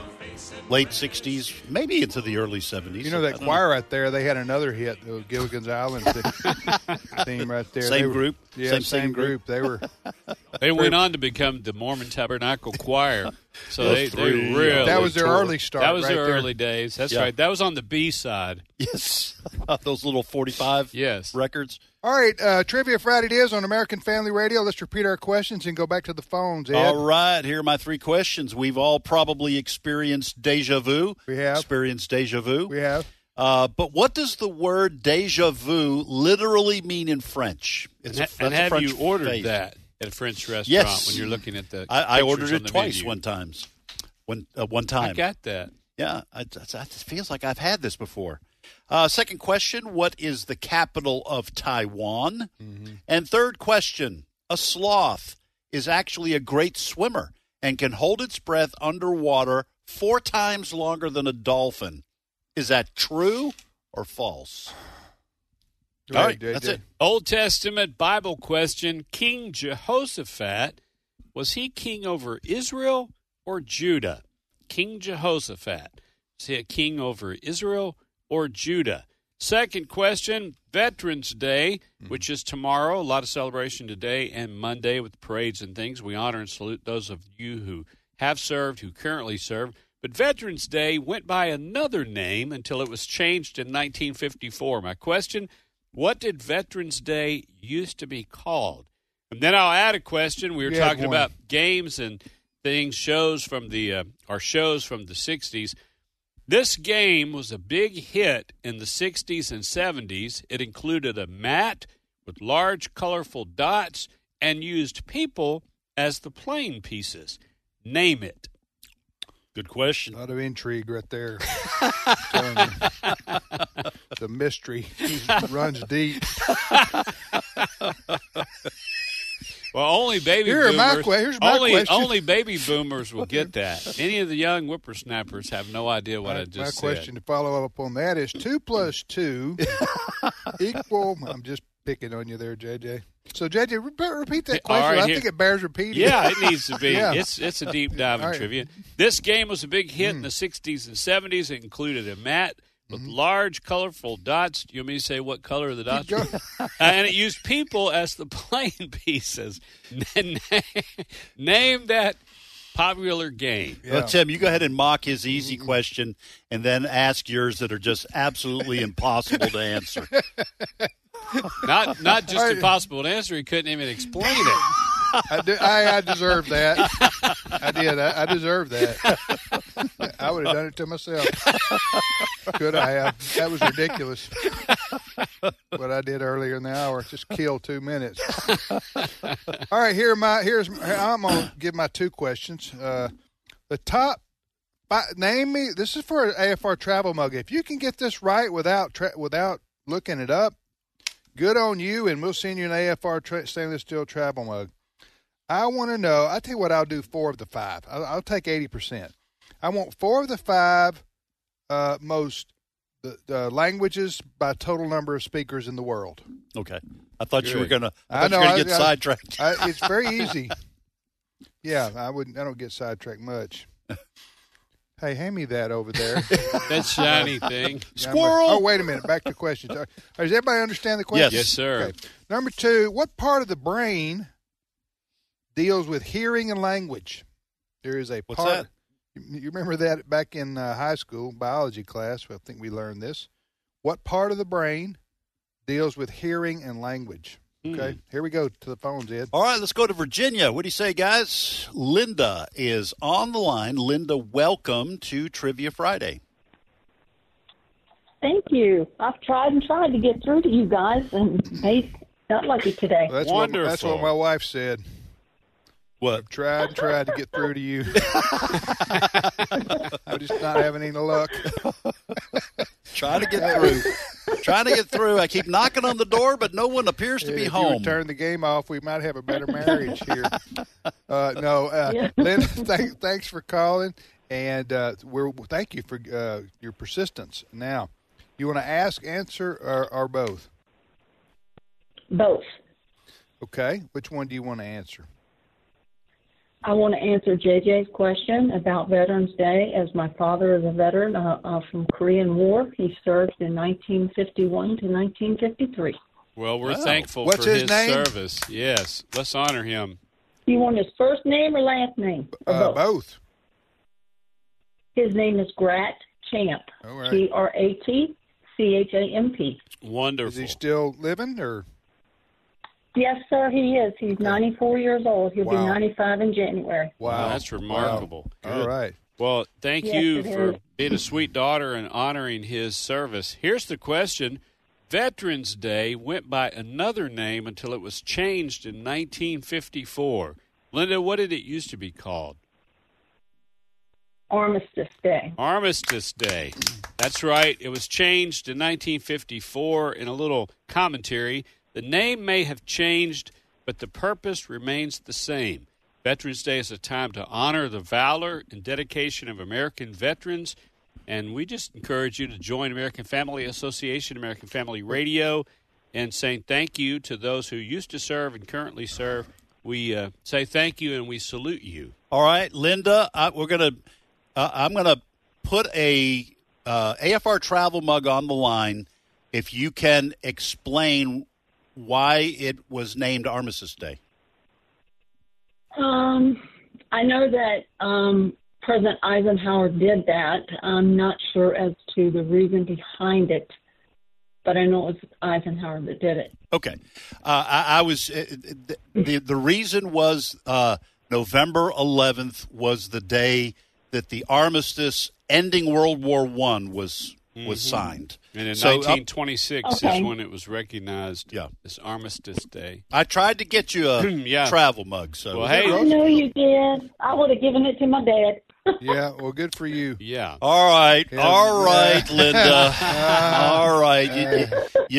E: late 60s, maybe into the early 70s.
G: You know
E: I
G: that
E: don't
G: choir right there? They had another hit, the Gilligan's Island thi- theme right there.
E: Same
G: They were-
E: group?
G: yeah,
E: Same-
G: same,
E: same group?
G: group. They were
D: They went on to become the Mormon Tabernacle Choir. So they, they
E: three.
D: really
G: that was their
E: tour.
G: early start.
D: that was
G: right
D: their
G: there.
D: early days. That's
E: Yeah.
D: right. That was on the B side.
E: Yes, those little 45
D: Yes.
E: records.
G: All right, uh, Trivia Friday it is on American Family Radio. Let's repeat our questions and go back to the phones. Ed.
E: All right, here are my three questions. We've all probably experienced deja vu.
G: We have.
E: Experienced deja vu.
G: We have
E: Uh, but what does the word deja vu literally mean in French? It's
D: And, ha-
E: that's
D: and have
E: French
D: you ordered
E: phrase.
D: that at a French restaurant
E: Yes.
D: when you're looking at the?
E: I, I
D: pictures
E: ordered
D: on
E: it
D: the
E: twice,
D: menu?
E: one times. One, uh, one time.
D: I got that.
E: Yeah, I- that's- that feels like I've had this before. Uh, second question What is the capital of Taiwan?
G: Mm-hmm.
E: And third question A sloth is actually a great swimmer and can hold its breath underwater four times longer than a dolphin. Is that true or false?
G: Go
E: All
G: ahead,
E: right,
G: JJ.
E: that's it.
D: Old Testament Bible question: King Jehoshaphat was he king over Israel or Judah? King Jehoshaphat was he a king over Israel or Judah? Second question: Veterans Day,
G: Mm-hmm.
D: which is tomorrow, a lot of celebration today and Monday with parades and things. We honor and salute those of you who have served, who currently serve. But Veterans Day went by another name until it was changed in 1954. My question what did Veterans Day used to be called? And then I'll add a question. We were
G: You had
D: talking
G: one.
D: about games and things, shows from the uh, our shows from the '60s. This game was a big hit in the '60s and '70s. It included a mat with large, colorful dots and used people as the playing pieces. Name it.
E: Good question.
G: A lot of intrigue right there. I'm telling you. the mystery runs deep.
D: Well, only baby
G: Here are my
D: boomers.
G: que- here's my
D: only,
G: question.
D: only baby boomers will get that. Any of the young whippersnappers have no idea what I
G: My-
D: just
G: My
D: said.
G: question to follow up on that is two plus two equal. I'm just picking on you there, JJ. So, JJ, re- repeat that
D: All right,
G: question. I
D: here-
G: think it bears repeating.
D: Yeah, it needs to be.
G: Yeah.
D: It's it's a deep dive in
G: All right. Hmm.
D: trivia. This game was a big hit in the '60s and '70s. It included a mat with
G: Mm-hmm.
D: large, colorful dots. Do you want me to say what color the dots? were? Uh, and it used people as the playing pieces. Name that popular game.
E: Well, Tim, you go ahead and mock his easy
G: Mm-hmm.
E: question and then ask yours that are just absolutely impossible to answer.
D: Not not just impossible to answer. He couldn't even explain it.
G: I, do, I, I deserve that. I did. I, I deserve that. I would have done it to myself. Could I have? That was ridiculous. What I did earlier in the hour just kill two minutes. All right, here are my here's I'm gonna give my two questions. Uh, the top. fi- Name me. This is for an AFR travel mug. If you can get this right without tra- without looking it up, good on you. And we'll send you an AFR tra- stainless steel travel mug. I want to know. I'll tell you what, I'll do four of the five. I'll, I'll take 80%. I want four of the five uh, most the, the languages by total number of speakers in the world.
E: Okay. I thought you were
D: Good.
E: going to
G: I know, I-
E: get
G: I-
E: sidetracked.
G: I, it's very easy. Yeah, I wouldn't. I don't get sidetracked much. Hey, hand me that over there.
D: That shiny thing.
E: Squirrel!
G: Oh, wait a minute. Back to questions. Uh, Does everybody understand the question?
E: Yes.
D: Yes, sir.
G: Okay. Number two, what part of the brain deals with hearing and language? There is a
E: What's
G: part.
E: that?
G: You you remember that back in uh, high school biology class? I think we learned this. What part of the brain deals with hearing and language?
E: Hmm.
G: Okay, here we go to the phones, Ed.
E: All right, let's go to Virginia. What do you say, guys? Linda is on the line. Linda, welcome to Trivia Friday.
J: Thank you. I've tried and tried to get through to you guys, and they not lucky today.
G: Well, that's what, that's
D: Wonderful.
G: what my wife said.
E: What?
G: Tried and tried to get through to you. I'm just not having any luck.
E: Trying to get through. Trying to get through. I keep knocking on the door, but no one appears to
G: If
E: be
G: you would
E: home.
G: turn the game off, we might have a better marriage here. Uh, no, uh,
J: Yeah.
G: Lynn, th- thanks for calling, and uh, we're thank you for uh, your persistence. Now, you want to ask, answer, or, or both?
J: Both.
G: Okay, which one do you want to answer?
J: I want to answer JJ's question about Veterans Day. As my father is a veteran uh, uh, from Korean War, he served in 1951 to 1953.
D: Well, we're thankful
G: What's
D: for
G: his
D: his,
G: name?
D: service. Yes, let's honor him.
J: You want his first name or last name? Or
G: Uh,
J: both?
G: both.
J: His name is Grat Champ.
G: All right.
J: G R A T C H A M P.
D: Wonderful.
G: Is he still living, or
J: Yes, sir, he is. He's 94 years old. He'll
G: Wow.
J: be 95 in January.
G: wow?
D: that's remarkable.
G: Wow. All right.
D: Well, thank
J: Yes,
D: you
J: it
D: for
J: is.
D: being a sweet daughter and honoring his service. Here's the question Veterans Day went by another name until it was changed in 1954. Linda, what did it used to be called?
J: Armistice Day.
D: Armistice Day. That's right. It was changed in 1954 in a little commentary. The name may have changed, but the purpose remains the same. Veterans Day is a time to honor the valor and dedication of American veterans. And we just encourage you to join American Family Association, American Family Radio, and saying thank you to those who used to serve and currently serve. We uh, say thank you and we salute you.
E: All right, Linda, I, we're gonna. Uh, I'm gonna put a uh, AFR travel mug on the line if you can explain why it was named Armistice Day.
J: Um, I know that um, President Eisenhower did that. I'm not sure as to the reason behind it, but I know it was Eisenhower that did it.
E: Okay, uh, I, I was uh, the the reason was uh, November 11th was the day that the armistice ending World War One was was signed.
D: Mm-hmm. And in
E: So, uh,
D: 1926
J: Okay.
D: is when it was recognized
E: Yeah.
D: as Armistice Day.
E: I tried to get you a
D: Yeah.
E: travel mug. So
D: Well, hey,
J: I know you did. I would have given it to my dad.
G: Yeah. Well, good for you.
D: yeah.
E: All right,
G: Yeah.
E: all right, Linda. all right, you,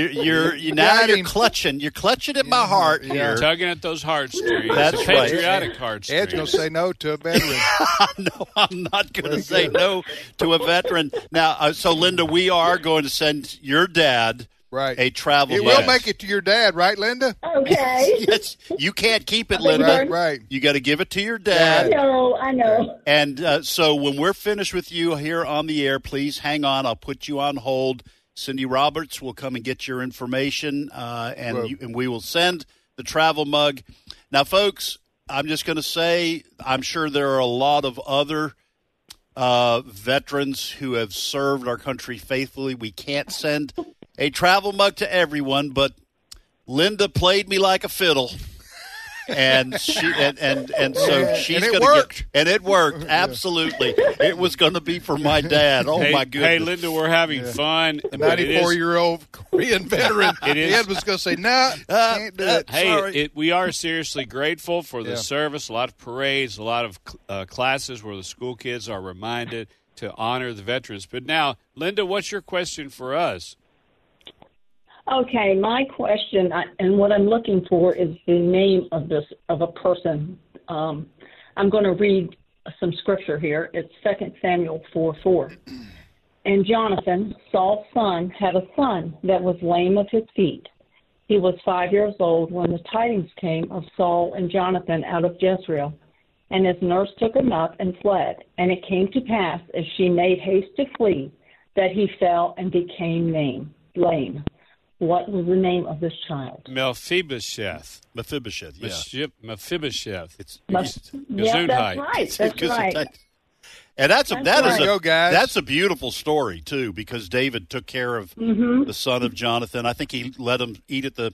E: you, you're you're you, now
G: got
E: you're
G: him.
E: clutching. You're clutching at my heart
G: Yeah.
E: here.
D: Tugging at those heartstrings.
E: That's
D: the
E: right.
D: patriotic
G: Ed's gonna
D: heartstrings.
G: say no to a veteran.
E: no, I'm not going to say no to a veteran. Now, uh, so Linda, we are going to send your dad
G: Right.
E: a travel.
G: it
E: mug.
G: will make it to your dad, right, Linda?
J: Okay.
E: yes, you can't keep it,
J: Right,
E: Linda.
G: Right. Right.
E: You got to give it to your
J: I
E: dad.
J: know. I know.
E: And uh, so when we're finished with you here on the air, please hang on. I'll put you on hold. Cindy Roberts will come and get your information, uh, and, you, and we will send the travel mug. Now, folks, I'm just going to say I'm sure there are a lot of other uh, veterans who have served our country faithfully. We can't send a travel mug to everyone, but Linda played me like a fiddle. And she and and, and so
G: Yeah,
E: she's
G: and it
E: gonna
G: worked.
E: get and it worked absolutely. It was gonna be for my dad. Oh
D: hey,
E: my goodness!
D: Hey, Linda, we're having fun. but it is-
G: 94 year old Korean veteran.
D: It is-
G: Ed was going to say, nah,
E: Uh,
G: can't do it.
D: Hey,
E: Sorry.
D: it, we are seriously grateful for the
G: Yeah.
D: service. A lot of parades, a lot of cl- uh, classes where the school kids are reminded to honor the veterans. But now, Linda, what's your question for us?
J: Okay, my question I- and what I'm looking for is the name of this of a person. Um, I'm going to read some scripture here. It's Second Samuel four four. And Jonathan, Saul's son, had a son that was lame of his feet. He was five years old when the tidings came of Saul and Jonathan out of Jezreel. And his nurse took him up and fled. And it came to pass, as she made haste to flee, that he fell and became lame. lame. What was the name of this child?
D: Mephibosheth.
E: Mephibosheth. Yeah,
D: Mephi- Mephibosheth.
E: it's,
J: Must- yeah,
D: Gesundheit.
J: that's right.
E: It's
J: That's
E: good
J: right.
E: attack. And that's a
J: That's
E: that is
J: right.
E: a
G: Go, guys.
E: that's a beautiful story too because David took care of the son of Jonathan. I think he let him eat at the,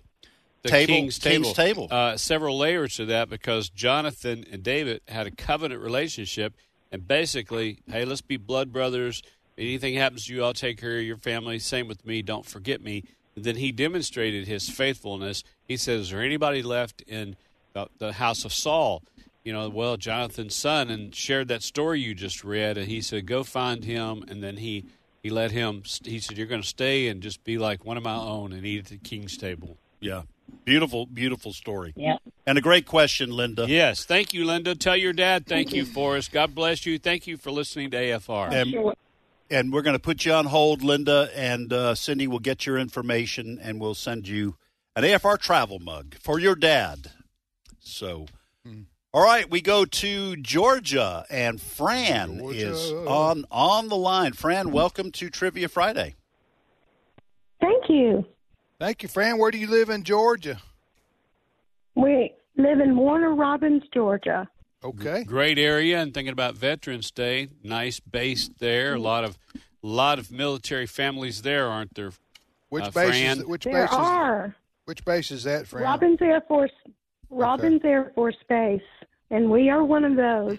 D: the
E: table,
D: king's table.
E: table.
D: Uh, several layers to that because Jonathan and David had a covenant relationship, and basically, hey, let's be blood brothers. Anything happens to you, I'll take care of your family. Same with me. Don't forget me. And then he demonstrated his faithfulness. He said, "Is there anybody left in the, the house of Saul?" You know, well, Jonathan's son, and shared that story you just read. And he said, "Go find him." And then he he let him. st- He said, "You're going to stay and just be like one of my own and eat at the king's table."
E: yeah, beautiful, beautiful story.
J: Yep.
E: And a great question, Linda.
D: Yes. Thank you, Linda. Tell your dad thank you for us. God bless you. Thank you for listening to AFR.
E: And, and we're going to put you on hold, Linda, and uh, Cindy will get your information and we'll send you an AFR travel mug for your dad. So,
G: Hmm.
E: all right, we go to Georgia, and Fran is
G: Georgia. Hmm.
E: on on the line. Fran, welcome to Trivia Friday.
K: Thank you.
G: Thank you, Fran. Where do you live in Georgia?
K: We live in Warner Robins, Georgia.
G: Okay.
D: Great area and thinking about Veterans Day. Nice base there. A lot of lot of military families there, aren't there?
G: Which
D: Uh,
G: base
D: Fran.
G: is which
K: There
G: base is
K: are
G: which base is that, Fran?
K: Robbins Air Force Robbins Air Force Base, and we are one of those.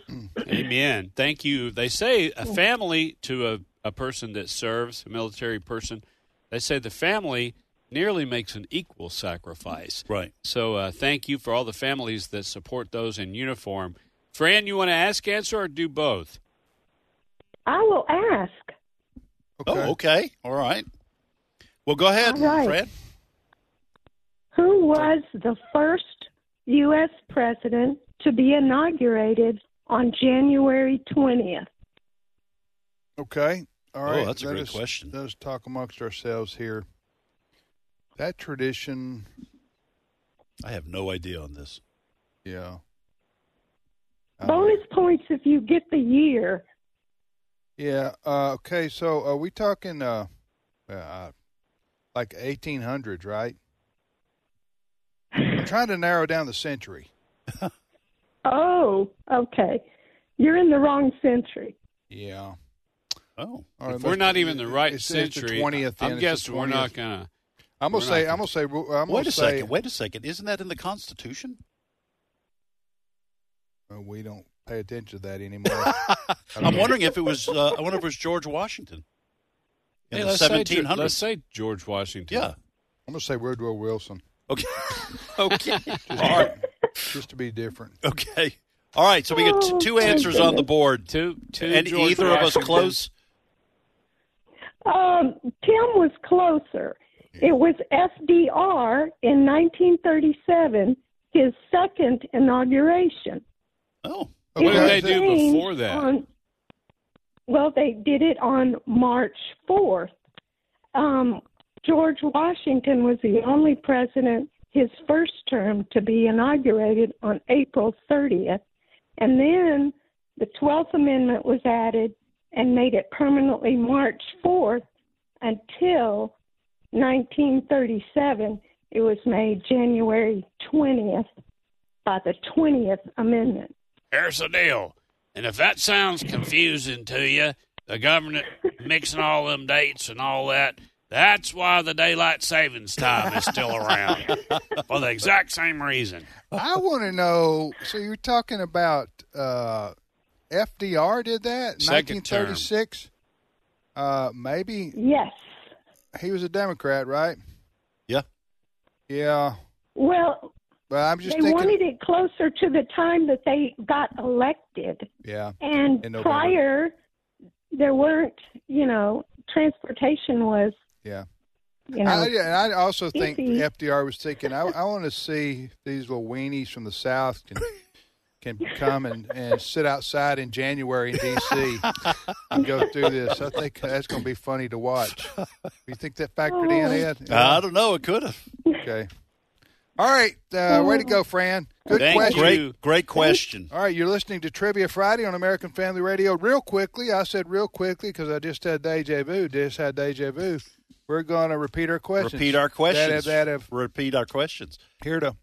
D: Amen. Thank you. They say a family to a, a person that serves, a military person, they say the family nearly makes an equal sacrifice.
E: Right.
D: So uh, thank you for all the families that support those in uniform. Fran, you want to ask, answer, or do both?
K: I will ask.
E: Oh, okay. All right. Well, go ahead,
K: All right.
E: Fred.
K: Who was the first U.S. president to be inaugurated on January 20th?
G: Okay. All
E: Oh,
G: right.
E: that's a
G: Let
E: great
G: us-
E: question.
G: Let us talk amongst ourselves here. That tradition,
E: I have no idea on this.
G: yeah. I don't-
K: Bonus points if you get the year.
G: Yeah. Uh, okay. So are we talking uh, uh, like 1800s, right? I'm trying to narrow down the century.
K: Oh, okay. You're in the wrong century.
G: Yeah.
E: Oh,
G: All right,
D: if we're
G: let's-
D: not even the right
G: it's, it's
D: century,
G: the 20th. then,
D: I'm
G: it's the
D: guessing we're not
G: 20th.
D: gonna.
G: I'm gonna
D: we're
G: say.
D: not
G: I'm gonna say. ru- I'm
E: wait
G: gonna
E: a
G: say,
E: second. Wait a second. Isn't that in the Constitution?
G: Uh, we don't pay attention to that anymore.
E: I'm wondering if it was. Uh, I wonder if it was George Washington in
D: Hey,
E: the
D: let's, say, Ge-
E: 1700s.
D: let's say George Washington.
E: yeah.
G: I'm gonna say Woodrow Wilson,
E: Okay. okay. All right.
G: just to be different.
E: Okay. All right. So we get t-
K: Oh,
E: two answers on the board,
D: Two, two.
E: and
D: George
E: either of us
D: Washingtons.
E: close.
K: Um, Tim was closer. It was FDR in 1937, his second inauguration.
E: Oh,
D: What did
G: Okay.
D: they do
K: Changed
D: before that?
K: on- well, they did it on March 4th. Um, George Washington was the only president his first term to be inaugurated on April 30th. And then the 12th Amendment was added and made it permanently March 4th until 1937. It was made January 20th. by the 20th Amendment.
D: Here's the deal. And if that sounds confusing to you, the government mixing all them dates and all that, that's why the daylight savings time is still around for the exact same reason.
G: I want to know. So you're talking about uh, FDR did that in
D: Second term.
G: 1936? Uh, maybe.
K: Yes.
G: He was a Democrat, right?
E: Yeah.
G: Yeah.
K: Well,
G: But I'm just
K: they
G: thinking.
K: wanted it closer to the time that they got elected.
G: yeah.
K: And
G: In November.
K: prior, there weren't, you know, transportation was,
G: Yeah.
K: you know.
G: I, yeah, and I also think
K: Easy.
G: FDR was thinking, I, I want to see if these little weenies from the South can can come and, and sit outside in January in D.C. and go through this. I think that's going to be funny to watch. You think that factored
K: Oh.
G: in, Ed?
E: I don't know. Oh, It could have.
G: Okay. All right. Uh, way to go, Fran. Good
E: Thank
G: question.
E: you. Great, great question.
G: All right, you're listening to Trivia Friday on American Family Radio. Real quickly, I said real quickly because I just had deja vu. Just had deja vu. We're going to repeat our questions.
E: Repeat our questions.
G: That, that have
E: Repeat our questions.
G: here to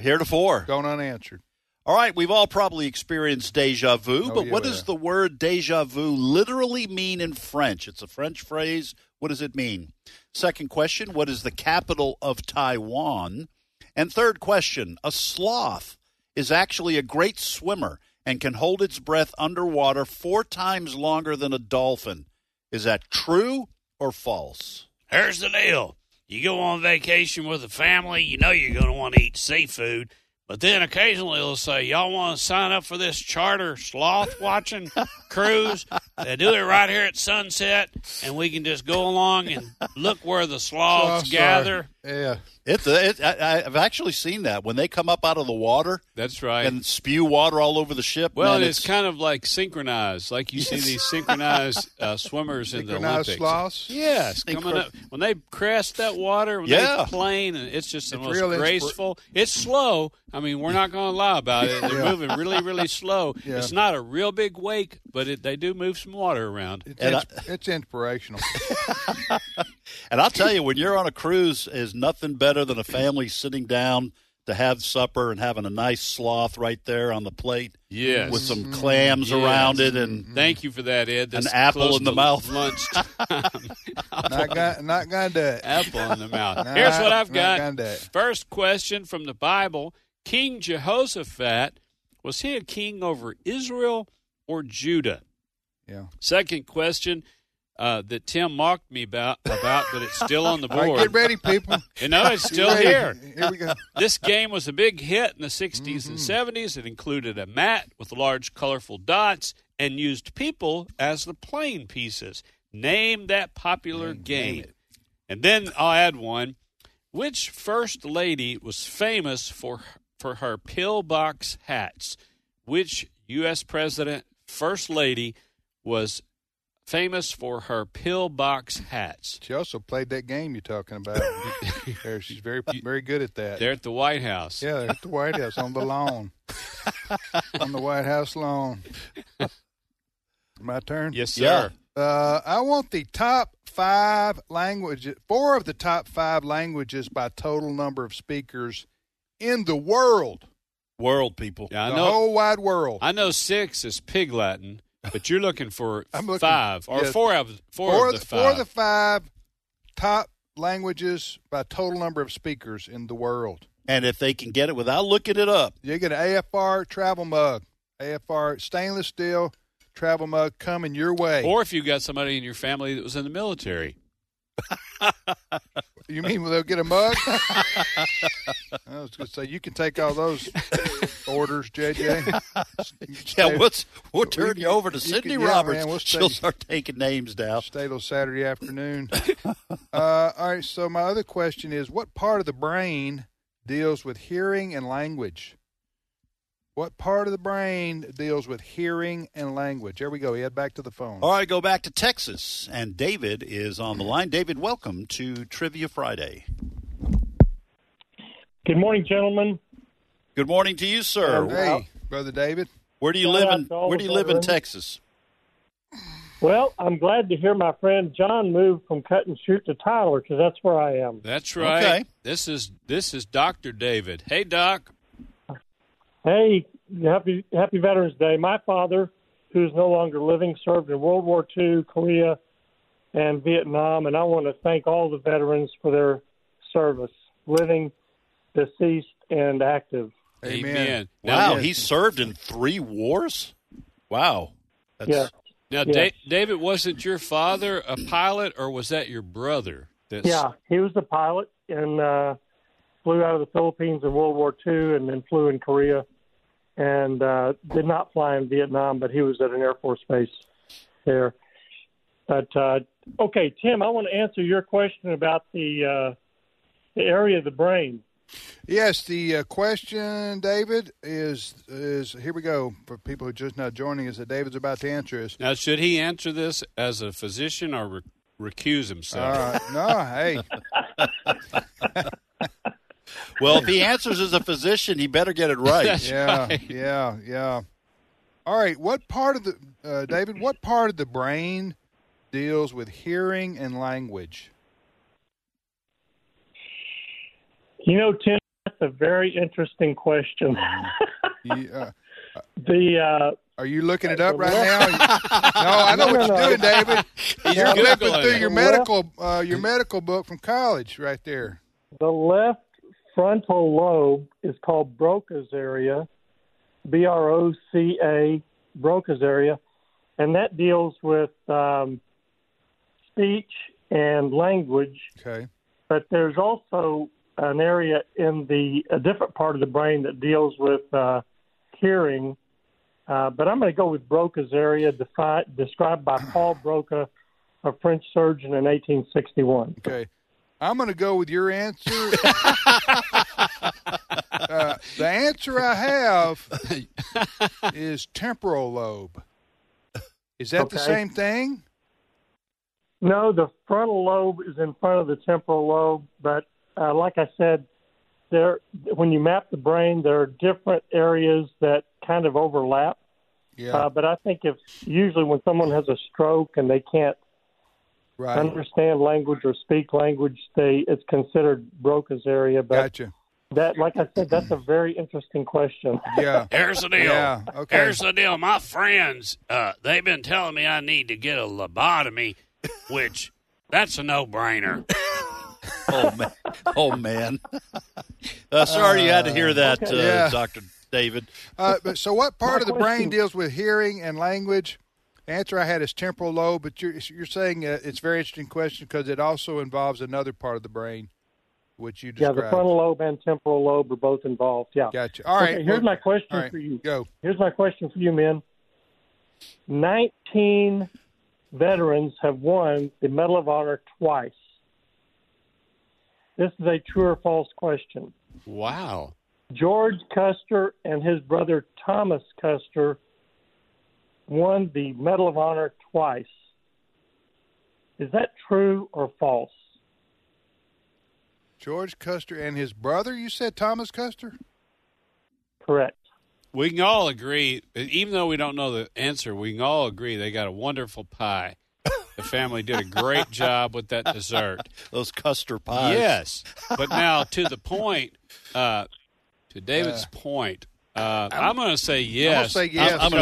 E: Heretofore.
G: gone unanswered.
E: All right, we've all probably experienced deja vu,
G: Oh,
E: but
G: yeah,
E: what
G: we
E: does
G: have.
E: the word deja vu literally mean in French? It's a French phrase. What does it mean? Second question What is the capital of Taiwan? And third question A sloth is actually a great swimmer and can hold its breath underwater four times longer than a dolphin. Is that true or false?
D: Here's the deal. You go on vacation with the family, you know you're going to want to eat seafood, but then occasionally they'll say, Y'all want to sign up for this charter sloth watching cruise? They do it right here at sunset, and we can just go along and look where the sloths
E: Oh,
G: Sloths are-
D: gather.
G: Oh, Yeah.
E: It's a, it, I, I've actually seen that. When they come up out of the water
D: That's right.
E: and spew water all over the ship,
D: well,
E: man,
D: and it's, kind of like synchronized, like you see these synchronized uh, swimmers in the
G: Synchronized
D: Olympics.
G: sloths.
D: Yes,
E: Synchro-
D: coming up when they crest that water, when
E: Yeah.
D: they plane, and it's just the
G: It's
D: most
G: real inspir-
D: graceful. it's slow. I mean, we're not going to lie about it. They're
G: Yeah.
D: moving really, really slow.
G: Yeah.
D: It's not a real big wake, but it, they do move some water around.
G: It's,
E: And I-
G: ins- it's inspirational.
E: And I'll tell you, when you're on a cruise, is nothing better than a family sitting down to have supper and having a nice sloth right there on the plate
D: Yes.
E: with
G: Mm-hmm.
E: some clams
D: Yes.
E: around it. And
D: Thank you for that, Ed.
E: An
D: That's
E: apple
D: close
E: in the
D: to
E: mouth.
D: Lunch. time.
G: not gonna, not gonna do it.
D: apple in the mouth.
G: Nah,
D: Here's what I've
G: not
D: got.
G: gonna do it.
D: First question from the Bible King Jehoshaphat, was he a king over Israel or Judah?
G: Yeah.
D: Second question uh, that Tim mocked me about, about but it's still on the
G: All right, get
D: board.
G: ready, people.
D: You know, it's
G: Get
D: still
G: ready.
D: here.
G: Here we go. Mm-hmm.
D: This game was a big hit in the 60s and 70s. It included a mat with large, colorful dots and used people as the playing pieces. Name that popular game. And then I'll add one. Which first lady was famous for for her pillbox hats? Which U.S. president first lady was famous for her pillbox hats?
G: She also played that game you're talking about. There, She's very, very good at that.
D: They're at the White House.
G: Yeah, they're at the White House on the lawn. on the White House lawn. My turn.
D: Yes, sir.
E: Yeah.
G: Uh, I want the top five languages, four of the top five languages by total number of speakers in the world,
E: world people.
D: Yeah, I
G: the
D: know.
G: whole wide world.
D: I know six is Pig Latin, but you're looking for
G: I'm looking-
D: five or
G: yes.
D: four of four,
G: four,
D: of the
G: four
D: five.
G: of the five top languages by total number of speakers in the world.
E: And if they can get it without looking it up,
G: You get an AFR travel mug, AFR stainless steel travel mug coming your way.
D: or if you got somebody in your family that was in the military.
G: You mean they'll get a mug? I was going to say you can take all those orders, JJ.
E: yeah, what's, we'll
G: You
E: turn
G: can-
E: you over to
G: you can-
E: Sydney
G: yeah,
E: Roberts.
G: man, we'll
E: She'll
G: stay-
E: start taking names now.
G: Stay till Saturday afternoon. Uh, all right. So my other question is, what part of the brain deals with hearing and language? What part of the brain deals with hearing and language? There we go. Ed, back to the phone.
E: All right, go back to Texas. And David is on the line. David, welcome to Trivia Friday.
L: Good morning, gentlemen.
E: Good morning to you, sir.
G: Hey, brother David.
E: Where do you
L: Shout
E: live
L: out
E: in?
L: to all
E: Where
L: the
E: do you live in
L: veterans.
E: Texas?
L: Well, I'm glad to hear my friend John move from cut and shoot to Tyler because that's where I am.
D: That's right.
E: Okay.
D: This is this is Doctor David. Hey, Doc.
L: Hey, happy Happy Veterans Day. My father, who's no longer living, served in World War II, Korea, and Vietnam, and I want to thank all the veterans for their service, living, deceased, and active.
D: Amen.
E: Wow, he served in three wars. Wow. That's-
D: Now,
E: Yeah.
D: Da- David, wasn't your father a pilot, or was that your brother? That's,
L: Yeah, he was the pilot and uh, flew out of the Philippines in World War II, and then flew in Korea, and uh, did not fly in Vietnam, but he was at an Air Force base there. But uh, okay, Tim, I want to answer your question about the uh, the area of the brain.
G: Yes, the uh, question, David, is is here we go for people who are just now joining us that David's about to answer is.
D: Now, should he answer this as a physician or re- recuse himself?
G: Uh, no, hey,
E: Well, if he answers as a physician, he better get it right.
G: yeah, yeah, yeah. All right, what part of the uh, David? What part of the brain deals with hearing and language?
L: You know, Tim, that's a very interesting question.
G: You, uh,
L: the uh,
G: are you looking it up right now? no, I know what you're doing, David.
L: He's
G: you're
L: Googling
G: flipping through
L: it.
G: your medical uh, your medical book from college right there.
L: The left frontal lobe is called Broca's area, B R O C A, Broca's area, and that deals with um, speech and language.
G: Okay.
L: But there's also an area in the a different part of the brain that deals with uh, hearing. Uh, but I'm going to go with Broca's area, defi- described by Paul Broca, a French surgeon in 1861.
G: Okay. I'm going to go with your answer. uh, the answer I have is temporal lobe. Is that the
L: Okay.
G: same thing?
L: No, the frontal lobe is in front of the temporal lobe, but uh, like I said, there when you map the brain, there are different areas that kind of overlap.
G: Yeah.
L: Uh, but I think if usually when someone has a stroke and they can't
G: Right.
L: understand language or speak language, they it's considered Broca's area. But
G: Gotcha.
L: That, like I said, that's a very interesting question.
G: Yeah.
D: Here's the deal.
L: Yeah, okay.
D: Here's the deal. My friends, uh, they've been telling me I need to get a lobotomy, which that's a no-brainer.
E: oh man! Oh man! Uh, sorry you had to hear that,
G: Okay.
E: uh,
G: Yeah.
E: Doctor David.
G: Uh, but so, what part
E: My
G: of the brain
E: question-
G: deals with hearing and language? Answer I had is temporal lobe, but you're you're saying uh, it's a very interesting question because it also involves another part of the brain, which you
L: Yeah,
G: described.
L: the frontal lobe and temporal lobe are both involved. Yeah.
G: Gotcha. All right.
L: Okay, here's
G: Well,
L: my question
G: all right,
L: for you.
G: Go.
L: Here's my question for you, men. Nineteen veterans have won the Medal of Honor twice. This is a true or false question.
D: Wow.
L: George Custer and his brother Thomas Custer won the Medal of Honor twice. Is that true or false?
G: George Custer and his brother. You said Thomas Custer.
L: Correct.
D: We can all agree, even though we don't know the answer, we can all agree they got a wonderful pie. The family did a great job with that dessert.
E: Those Custer pies.
D: Yes, but now to the point, uh, to David's point, uh, I'm going to say yes.
G: I'm gonna say yes.
D: because
G: I'm
D: so-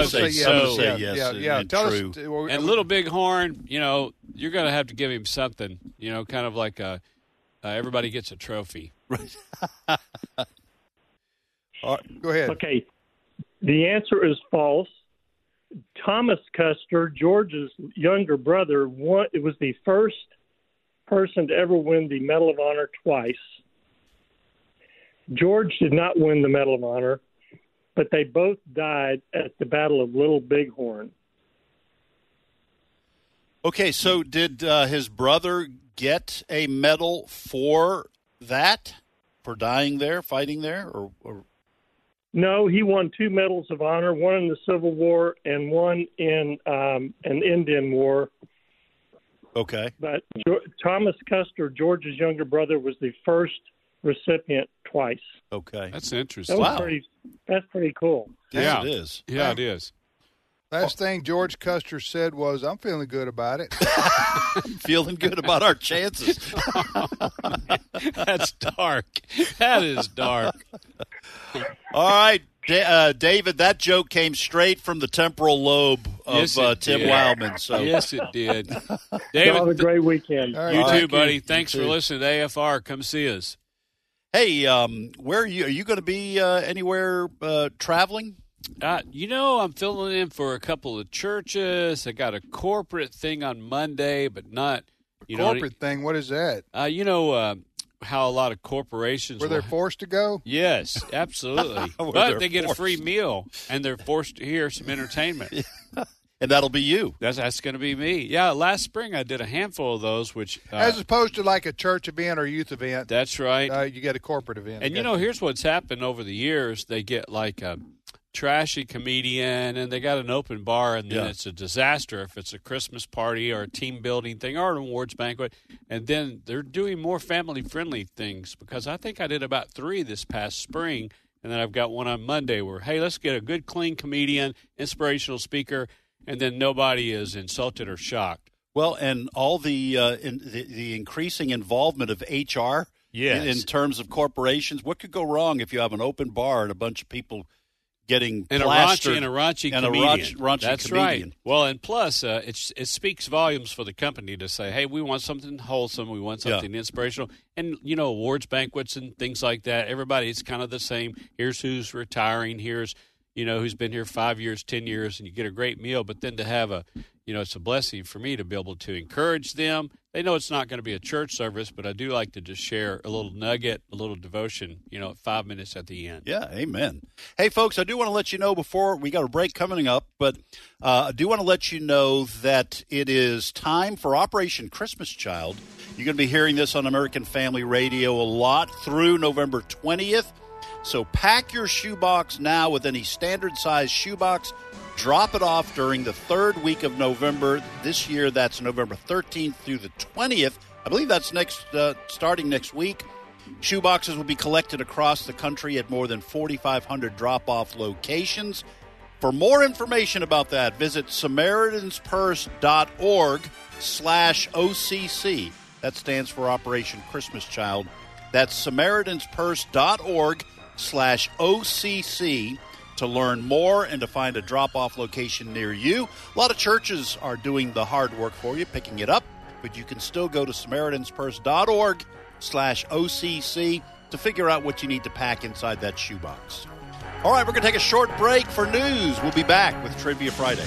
G: gonna say yes. Yeah, yeah. Tell us. well,
D: and little big horn you know you're gonna have to give him something you know kind of like a uh, everybody gets a trophy
G: go ahead.
L: Okay. The answer is false. Thomas Custer, George's younger brother, won, it was the first person to ever win the Medal of Honor twice. George did not win the Medal of Honor, but they both died at the Battle of Little Bighorn.
E: Okay, so did uh, his brother get a medal for that, for dying there, fighting there, or, or
L: No, he won two medals of honor, one in the Civil War and one in um, an Indian War.
E: okay?
L: But Jo- Thomas Custer, George's younger brother, was the first recipient twice.
E: Okay,
D: that's
L: That
D: interesting
L: was pretty. That's pretty cool.
D: yeah
E: Yes, it is.
D: yeah it is
G: Last thing George Custer said was, "I'm feeling good about it."
E: Feeling good about our chances.
D: that's dark that is dark
E: All right, Da- uh, David, that joke came straight from the temporal lobe of
D: Yes, it
E: uh, Tim
D: did.
E: Wildman. So
D: Yes, it did.
E: Y'all
D: David,
E: have a
L: great weekend.
D: you
E: Thank
D: too,
E: you.
D: buddy.
E: You
D: Thanks for
E: too.
D: listening to AFR. Come see us.
E: Hey, um, where are you? Are you going to be uh, anywhere uh, traveling?
D: Uh, you know, I'm filling in for a couple of churches. I got a corporate thing on Monday, but not you know
G: Corporate thing. What is that?
D: Uh, you know uh, how a lot of corporations
G: Where
D: will-
G: they're forced to go?
D: Yes, absolutely.
E: Where
D: but
E: they're
D: they get a
E: forced.
D: free meal, and they're forced to hear some entertainment.
E: And that'll be you.
D: That's that's going to be me. Yeah, last spring I did a handful of those, which uh,
G: As opposed to like a church event or youth event,
D: that's right.
G: uh, you get a corporate event.
D: And you know, here's what's happened over the years: they get like a trashy comedian, and they got an open bar, and then
E: Yeah.
D: it's a disaster if it's a Christmas party or a team building thing or an awards banquet. And then they're doing more family friendly things because I think I did about three this past spring, and then I've got one on Monday where hey, let's get a good, clean comedian, inspirational speaker, and then nobody is insulted or shocked.
E: Well, and all the uh, in, the, the increasing involvement of HR
D: Yes.
E: in, in terms of corporations. What could go wrong if you have an open bar and a bunch of people getting
D: and a
E: plastered
D: raunchy and a raunchy
E: and
D: comedian.
E: A raunch- raunchy
D: That's
E: comedian.
D: right. Well, and plus, uh, it's it speaks volumes for the company to say, "Hey, we want something wholesome. We want
E: Yeah.
D: something inspirational." And you know, awards banquets and things like that. Everybody's kind of the same. Here's who's retiring. Here's you know who's been here five years, ten years, and you get a great meal. But then to have a you know, it's a blessing for me to be able to encourage them. They know it's not going to be a church service, but I do like to just share a little nugget, a little devotion. You know, at five minutes at the end.
E: Yeah, amen. Hey, folks, I do want to let you know before we got a break coming up, but uh, I do want to let you know that it is time for Operation Christmas Child. You're going to be hearing this on American Family Radio a lot through November 20th. So pack your shoebox now with any standard size shoebox. Drop it off during the third week of November this year. That's November 13th through the 20th. I believe that's next, uh, starting next week. Shoeboxes will be collected across the country at more than 4,500 drop off locations. For more information about that, visit SamaritansPurse.org slash OCC. That stands for Operation Christmas Child. That's SamaritansPurse.org slash OCC to learn more and to find a drop off location near you. A lot of churches are doing the hard work for you, picking it up, but you can still go to SamaritansPurse.org slash OCC to figure out what you need to pack inside that shoebox. All right, we're going to take a short break for news. We'll be back with Trivia Friday.